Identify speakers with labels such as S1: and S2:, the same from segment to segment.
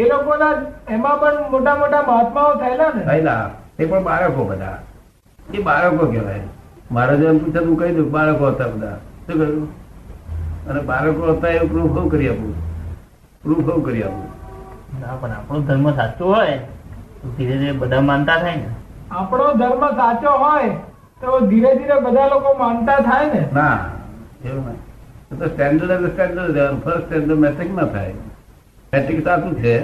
S1: એ લોકોના એમાં પણ મોટા મોટા મહાત્માઓ થયેલા ને
S2: થયેલા એ પણ બાળકો બધા એ બાળકો કહેવાય મારો જેમ પૂછે હું કહી દઉં બાળકો હતા બધા શું કહ્યું અને બાળકો હતા એવું પ્રૂફ હું કરી આપું પ્રૂફ હું કરી આપું
S3: ના પણ આપણો ધર્મ સાચો હોય તો ધીરે ધીરે બધા માનતા થાય ને
S1: આપણો ધર્મ સાચો હોય તો ધીરે ધીરે બધા લોકો માનતા થાય ને
S2: ના એવું નહીં એ તો standard standard first standard matric ના થાય મેટ્રિક સાચું છે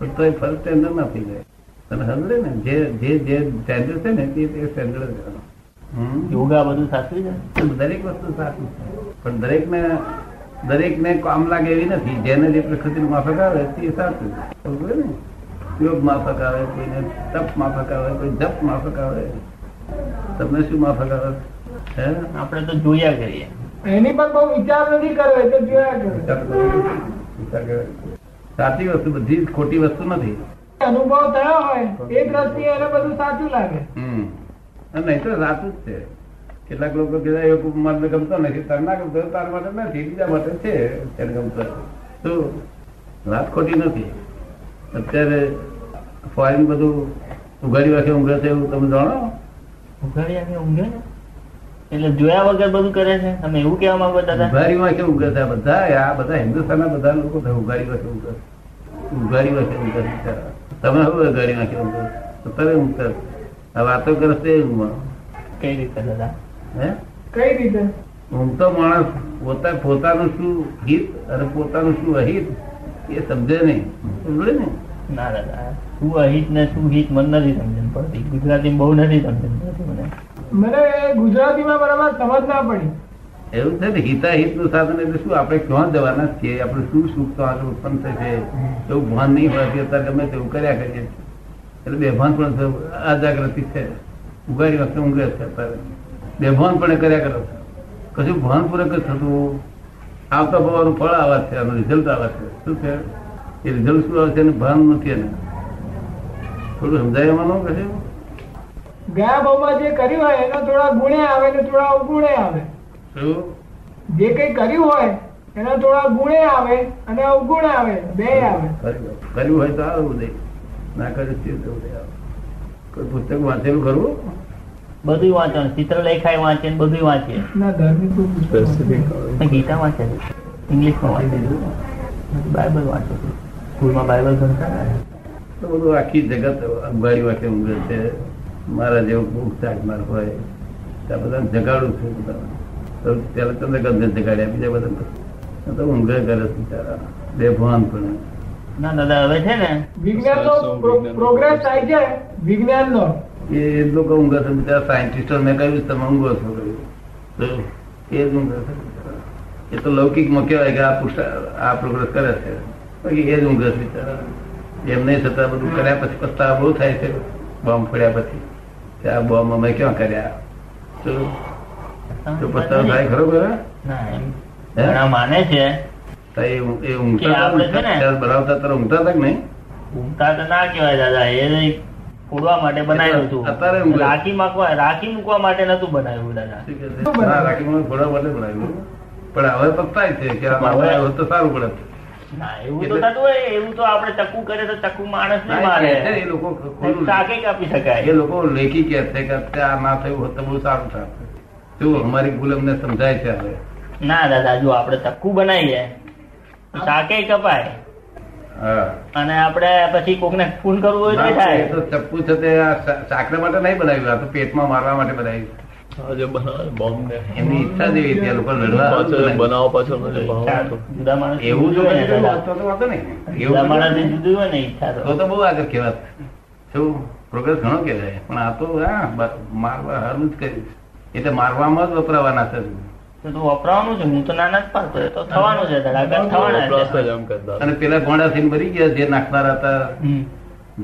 S2: પણ તો ફર્સ્ટ સ્ટેન્ડર્ડ ના થઈ જાય તને સમજે ને જે જે જે સ્ટેન્ડર્ડ છે ને તે- તે સ્ટેન્ડર્ડ હમ
S3: યોગા બધું સાચું છે
S2: દરેક વસ્તુ સાચું છે પણ દરેકને દરેકને કામ લાગે એવી નથી જેને જે પ્રકૃતિ માફક આવે તે સાચું સમજ્યો ને? યોગ માફક આવે કોઈને તપ માફક આવે કોઈ જપ માફક આવે તમને શું માફક આવે હે
S3: આપણે તો જોયા કરીએ
S1: એની પર બહુ વિચાર નથી કર્યો એ તો જોયા કર્યો
S2: વિચાર કરો. વિચાર કરો. સાચી વસ્તુ બધી જ ખોટી વસ્તુ નથી
S1: અનુભવ થયો હોય એ દ્રષ્ટિએ એને બધું સાચું લાગે
S2: હમ. અને નહીં તો સાચું જ છે કેટલાક લોકો કહેવાય એક મને ગમતો નથી તાર ના ગમતો હોય તાર માટે નથી બીજા માટે છે તેને ગમતો હોય." તો વાત ખોટી નથી અત્યારે ફોરેન બધું ઉઘાડી વાંખે ઊંઘે છે એવું તમે જાણો
S3: ઉઘાડ્યા કે ઊંઘે ને એટલે જોયા વગર બધું કરે છે તમે એવું કહેવા માંગો દાદા
S2: ઉઘાડી વાંખે ઊંઘે છે આ બધા આ બધા હિન્દુસ્તાનના બધા લોકો તો ઉઘાડી વાંખે ઊંઘે છે. ઉઘાડી વાંખે ઊંઘે છે બિચારા. તમે હવે ઉઘાડી વાંખે ઊંઘો છો. અત્યારે ઊંઘતા જ. આ વાતો કરે છે ઊંઘમાં
S3: કઈ રીતે દાદા
S2: હે
S1: કઈ રીતે
S2: ઊંઘ તો માણસ પોતા પોતાનું શું હિત અને પોતાનું શું અહિત એ સમજે નહીં સમજે ને
S3: ના દાદા શું અહિત ને શું હિત મને નથી સમજણ પડતી ગુજરાતી બહુ નથી સમજણ પડતી મને
S1: મને એ ગુજરાતીમાં બરાબર સમજ ના પડી
S2: એવું છે ને હિતાહિત નું સાધન એટલે શું આપણે ક્યાં જવાના છીએ આપણે શું સુખ તો આગળ ઉત્પન્ન થશે એવું ભાન નહીં હોવાથી અત્યારે ગમે તેવું કર્યા કરીએ છીએ. એટલે બેભાન પણ થવું અજાગૃતિ છે ઉગાડી વખતે ઊંઘે છે અત્યારે બેભાન પણ કર્યા કરો છો કશું ભાનપૂર્વક જ થતું આવતા પવાનું ફળ આવે છે આનું રિઝલ્ટ આવે છે શું છે એ રિઝલ્ટ શું આવે છે એનું ભાન નથી એને થોડું સમજાય એમાં કશું
S1: ગયા ભાવમાં જે કર્યું હોય એના થોડા ગુણે આવે ને થોડા અવગુણે આવે
S2: શું
S1: જે કઈ કર્યું હોય એના થોડા ગુણે આવે અને અવગુણે આવે બે આવે
S2: કર્યું કર્યું હોય તો આવું દે ના કર્યું તે તો ઉદય આવે. કોઈ પુસ્તક વાંચેલું ખરું
S3: બધું વાંચવાનું ચિત્ર લેખાય વાંચે ને બધું વાંચીએ
S1: ના ધાર્મિક કોઈ પુસ્તક
S3: મેં ગીતા વાંચે છે ઇંગ્લિશમાં વાંચે છે બાઇબલ વાંચે છે સ્કૂલમાં બાઇબલ ભણતા ને.
S2: તો બધું આખી જગત અંબાડી વાંકે ઊંઘે છે મારા જેવો ભૂખ માર હોય ત્યાં બધાને જગાડું છું બધાને. તો પેલા ચંદ્રકાંતને જગાડ્યા બીજા બધા તો ઊંઘે કરે છે બિચારા. બેભાન પણ
S3: ના દાદા હવે છે ને
S1: વિજ્ઞાન પ્રોગ્રેસ થાય છે વિજ્ઞાન નો
S2: એ એ જ લોકો ઊંઘે છે બિચારા સાયન્ટિસ્ટો મેં કહ્યું તમે ઊંઘો છો કહ્યું તો એ જ ઊંઘે છે બિચારા. એ તો લૌકિકમાં કહેવાય કે આ પુસ્તક આ પ્રોગ્રેસ કરે છે બાકી એ જ ઊંઘે છે બિચારા એમને છતાં બધું કર્યા પછી પસ્તાવા બહુ થાય છે બોમ્બ ફોડ્યા પછી કે આ બોમ્બ અમે ક્યાં કર્યા તો તો પસ્તાવો થાય ખરો ખરો
S3: ના એમ
S2: હે?
S3: ઘણા માને છે
S2: તો એ ઊં- એ
S3: કે
S2: ઊંઘતા
S3: આપણે છે
S2: હતા
S3: ને-
S2: ને? ત્યારે બનાવતા તારે ઊંઘતા હતા કે નહીં
S3: ઊંઘતા તો ના કહેવાય દાદા એ ફોડવા માટે બનાવ્યું
S2: અત્યારે
S3: હતું
S2: ઊંઘે.
S3: રાખી માખવા રાખી મૂકવા માટે નતું બનાવ્યું દાદા
S2: શું કહે છે? ના, રાખીમાં ફોડા માટે બનાવ્યું પણ હવે પસ્તાય છે કે આ મામલા હોત તો સારું પડે
S3: ના એવું તો થતું હોય એવું તો આપણે ચક્કુ કરે તો ચક્કુ માણસ ને
S2: ના, એ છે, એ
S3: મારે
S2: લોકો ખોટું
S3: તાકે કાપી
S2: એ
S3: શકાય
S2: લોકો લેખી કે છે કે અત્યારે આ ના થયું હોત તો બહુ સારું થાત જો અમારી ભૂલ અમને સમજાય છે હવે
S3: ના દાદા જો આપણે ચક્કુ બનાવીએ તો તાકે કપાય
S2: હા.
S3: અને આપણે પછી કોકને ખૂન કરવું હોય તો એ
S2: ના, એ
S3: થાય
S2: તો ચપ્પુ છે તે આ સા- સાકરા માટે નહીં બનાવ્યું આ તો પેટમાં મારવા માટે બનાવ્યું
S4: આજે બનાવે બોમ્બ ને
S2: એમની ઈચ્છા જેવી હતી આ લોકો લડવા
S4: પાછળ
S2: આવતું નહીં.
S4: બનાવ પાછળનો જે ભાવ હતો
S3: જુદા માણસ
S2: એવું જો
S3: જુદું હોય
S2: કરી
S3: ને
S2: દીધું હોત
S3: દાદા.
S2: તો તો વાંધો નહીં. એવું
S3: જુદા
S2: જો કરી
S3: માણસ
S2: દીધું
S3: જુદું હોય ને ઈચ્છા
S2: તો
S3: તો
S2: તો બહુ આગળ કહેવાત શું પ્રોગ્રેસ ઘણો કહેવાય પણ આ તો હા બ- મારવા હારું જ કર્યું એટલે મારવામાં જ વપરાવાના છે
S3: તો તો વપરાવાનું છે હું તો નાના જ પાડતો એ તો થવાનું છે દાદા આગળ થવાના
S4: વપરાશ
S3: છે
S4: જ આમ કરતા
S2: અને પેલા ગોંડા થઈને મરી ગયા જે નાખનારા હતા
S3: હમ.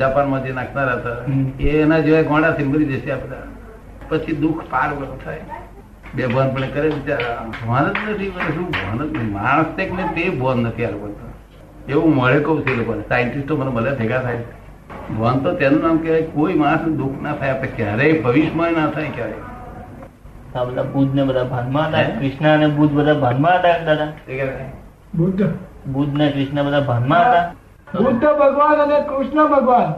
S2: જાપાનમાં જે નાખનારા હતા
S3: હમ.
S2: એ એના જેવા ગોંડાથી મરી જશે આ બધા પછી દુઃખ પાર વગર થાય બે ભાન પણ કરે બિચારા ભાન જ નથી પણ શું ભાન જ નથી. માણસ છે કે નહીં તે ભાન નથી આ લોકો એવું મળે કહું છે એ લોકોને સાયન્ટિસ્ટો મને મળે ભેગા થાય છે. ભાન તો તેનું નામ કહેવાય કોઈ માણસ દુઃખ ના થાય આપણે ક્યારેય ભવિષ્યમાં ના થાય ક્યારેય
S3: આ બધા બુદ્ધ ને બધા ભાનમાં
S2: હે?
S3: હતા કૃષ્ણ અને બુદ્ધ બધા ભાનમાં હતા દાદા
S2: એ કહેવાય.
S1: બુદ્ધ
S3: બુદ્ધ ને કૃષ્ણ બધા ભાનમાં હતા
S1: બુદ્ધ ભગવાન અને કૃષ્ણ ભગવાન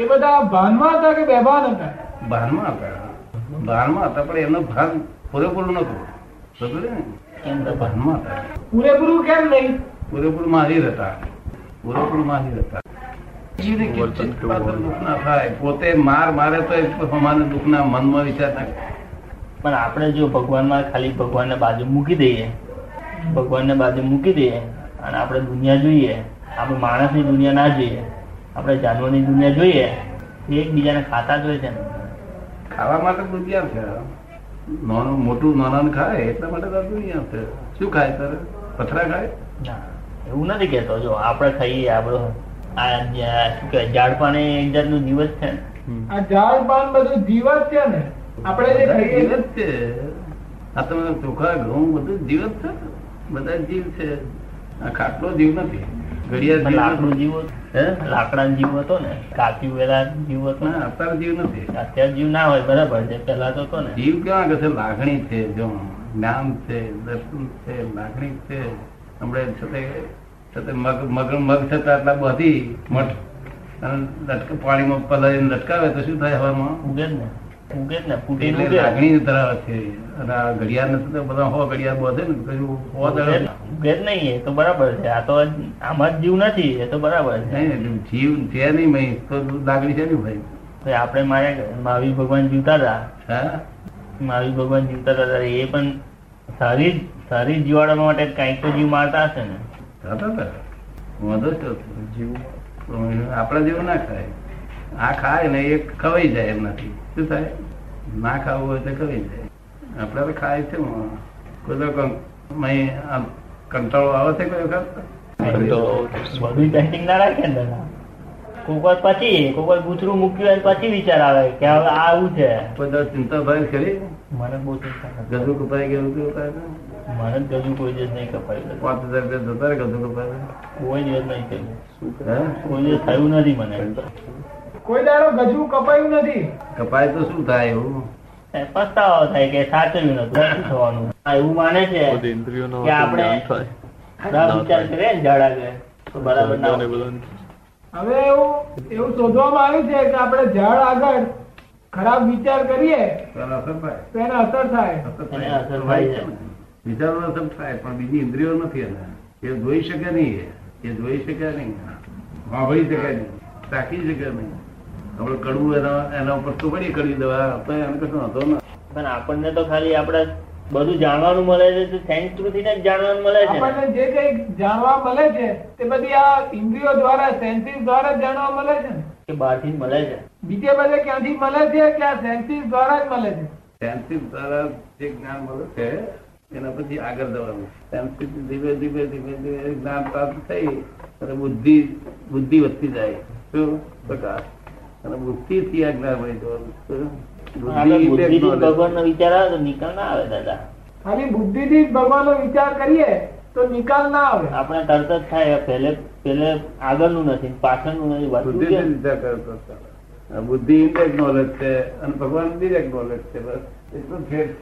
S1: એ બધા ભાનમાં હતા કે બેભાન હતા
S2: બારમાં હતા બારમાં હતા પણ એમનો ભાન પૂરેપૂરો નતો સમજે ને એમ તો ભાનમાં હતા
S1: પૂરેપૂરું કેમ નહીં
S2: પૂરેપૂર માહિર હતા પૂરેપૂર માહિર હતા જીવને
S4: વર્તન
S2: કિંચિત
S4: કેવું
S2: માત્ર
S4: હોય?
S2: દુઃખ ના થાય પોતે માર મારે તો એ પ્રમાણે દુઃખના મનમાં વિચાર ના કરે.
S3: પણ આપણે જો ભગવાનમાં ખાલી ભગવાનને બાજુ મૂકી દઈએ ભગવાનને બાજુ મૂકી દઈએ અને આપણે દુનિયા જોઈએ આપણે માણસની દુનિયા ના જોઈએ આપણે જાનવરની દુનિયા જોઈએ એ એકબીજાને ખાતા જ હોય છે ને
S2: ખાવા માટે દુનિયા છે નાનું મોટું નાનાને ખાય એટલા માટે તો આ દુનિયા છે શું ખાય તારે પથરા ખાય
S3: ના, એવું નથી કહેતો જો આપણે ખાઈએ આપણું આ જ્યાં શું કહેવાય ઝાડ પાને એક જાતનું દિવસ છે ને
S1: આ ઝાડ પાન બધું જીવ જ છે ને આપણે જે
S2: બધા
S1: ખાઈએ
S2: જીવ જ છે આ તમે ચોખા ઘઉં બધું જીવ જ છે બધા જીવ છે આ ખાટલો જીવ નથી
S3: પણ
S2: ઘડિયાળ જીવ
S3: લાકડું
S2: નથી.
S3: જીવ
S2: હે?
S3: લાકડાનો જીવ હતો ને કાપી વેલા જીવ હતો ને
S2: ના, અત્યારે જીવ નથી
S3: અત્યારે જીવ ના હોય બરાબર છે પેલા તો હતો ને
S2: જીવ કેવા કે છે લાગણી છે જો જ્ઞાન છે દર્શન છે લાગણી છે હમણાં છતાં છતાં મગ મગ મગ થતા આટલા બધી મઠ અને લટક પાણીમાં પલાળીને લટકાવે તો શું થાય હવામાં
S3: ઉગે જ ને ઉગે જ ને ફૂટીને
S2: એટલે
S3: ઉગે.
S2: લાગણી ધરાવે છે અને આ ઘડિયાળ નથી તો બધા હો ઘડિયાળ બોધે ને તો કયું હો દળે
S3: ભેદ નહીં એ તો બરાબર છે આ તો આમાં જ જીવ નથી એ તો બરાબર છે
S2: નહીં એટલે જીવ છે નહીં મહી તો લાગણી છે નહીં ભાઈ
S3: તો આપણે મારે મહાવીર ભગવાન જીવતા હતા
S2: હા
S3: મહાવીર ભગવાન જીવતા હતા ત્યારે એ પણ સારી સારી જીવાડવા માટે કાંઈક તો જીવ મારતા હશે ને
S2: હતા ને વાંધો શું હતો? પણ આપણા જેવું ના ખાય આ ખાય ને એ ખવાઈ જાય એમ નથી શું થાય ના ખાવું હોય તો ખવાઈ જાય આપડે તો ખાય છે મોં. કોઈ તો કં- મય આમ કંટાળો આવે છે કોઈ
S4: તો
S2: વખત
S3: બધું ટેસ્ટિંગ ના રાખે ને દાદા કોક વાર પછી કોક વાર ગુથરું મૂક્યું હોય તો પછી વિચાર આવે કે હવે આ આવું છે
S2: કોઈ દાડો ચિંતા થાય ખરી
S3: મને બહુ ચિંતા નથી.
S2: ગધુ કપાય ગયું કેવું કપાય છે?
S3: મને જ ગજુ કોઈ દિવસ નહીં કપાયું
S2: પાંચ હજાર રૂપિયા જતા રહે ગધુ કપાય
S3: કોઈ દિવસ નહીં થયું
S2: હે
S3: કોઈ દિવસ થયું નથી મને
S1: કોઈ દાડો ગજવું કપાયું નથી
S2: કપાય તો શું થાય એવું
S3: એ પસ્તાવો થાય કે સાચવ્યું નતું શું થવાનું આ એવું માને છે
S4: બધી ઇન્દ્રિયોનો
S3: કે આપણે-
S4: જ્ઞાન થાય.
S3: ખરાબ વિચાર કરે ને ઝાડા કે તો બરાબર ના
S4: ને
S3: હોય.
S4: બધાને
S1: હવે એવું એવું શોધવામાં આવ્યું છે કે આપણે ઝાડ આગળ ખરાબ વિચાર કરીએ
S2: તારા અસર થાય
S1: તો એને અસર થાય
S2: અસર
S3: એને
S2: થાય.
S3: અસર થાય છે.
S2: વિચારો અસર થાય પણ બીજી ઇન્દ્રિયો નથી એને એ જોઈ શકે નહીં એ. એ જોઈ શકે નહીં સાંભળી શકે નહીં ચાખી શકે નહીં આપણે કડવું એના એના ઉપર તો પડી કડી દવા તો એને કશું હતો ને
S3: પણ આપણને તો ખાલી આપણે બધું જાણવાનું મળે છે તો thanks to થી ને જ જાણવાનું મળે છે ને.
S1: આપણને જે કઈ જાણવા મળે છે તે બધી આ ઇન્દ્રિયો દ્વારા સેન્સીસ દ્વારા જ જાણવા મળે છે ને
S3: કે બહારથી જ મળે છે
S1: બીજે બધે ક્યાંથી મળે છે કે આ સેન્સીસ દ્વારા જ મળે છે
S2: સેન્સિસ દ્વારા જે જ્ઞાન મળે છે એના પછી આગળ જવાનું સેન્સિસ ધીમે ધીમે ધીમે ધીમે જ્ઞાન પ્રાપ્ત થઈ અને બુદ્ધિ બુદ્ધિ વધતી જાય શું પ્રકાર અને બુદ્ધિ થી આ જ્ઞાન મળી જવાનું શું?
S3: આપણે
S2: બુદ્ધિ
S3: બુદ્ધિથી
S2: એટલે
S3: જ
S2: knowledge.
S3: ભગવાનનો વિચાર આવે તો નિકાલ ના આવે દાદા
S1: ખાલી બુદ્ધિથી જ ભગવાનનો વિચાર કરીએ તો નિકાલ ના આવે
S3: આપણે તરત જ થાય પહેલે પહેલે આગળનું નથી પાછળનું નથી
S2: બુદ્ધિ
S3: વધતું
S2: થી
S3: કેમ?
S2: વિચાર કરતો ચાલે. આ બુદ્ધિ ઇન્ટેક નોલેજ છે અને ભગવાન ડિરેક્ટ નોલેજ છે બસ એટલું ફેર છે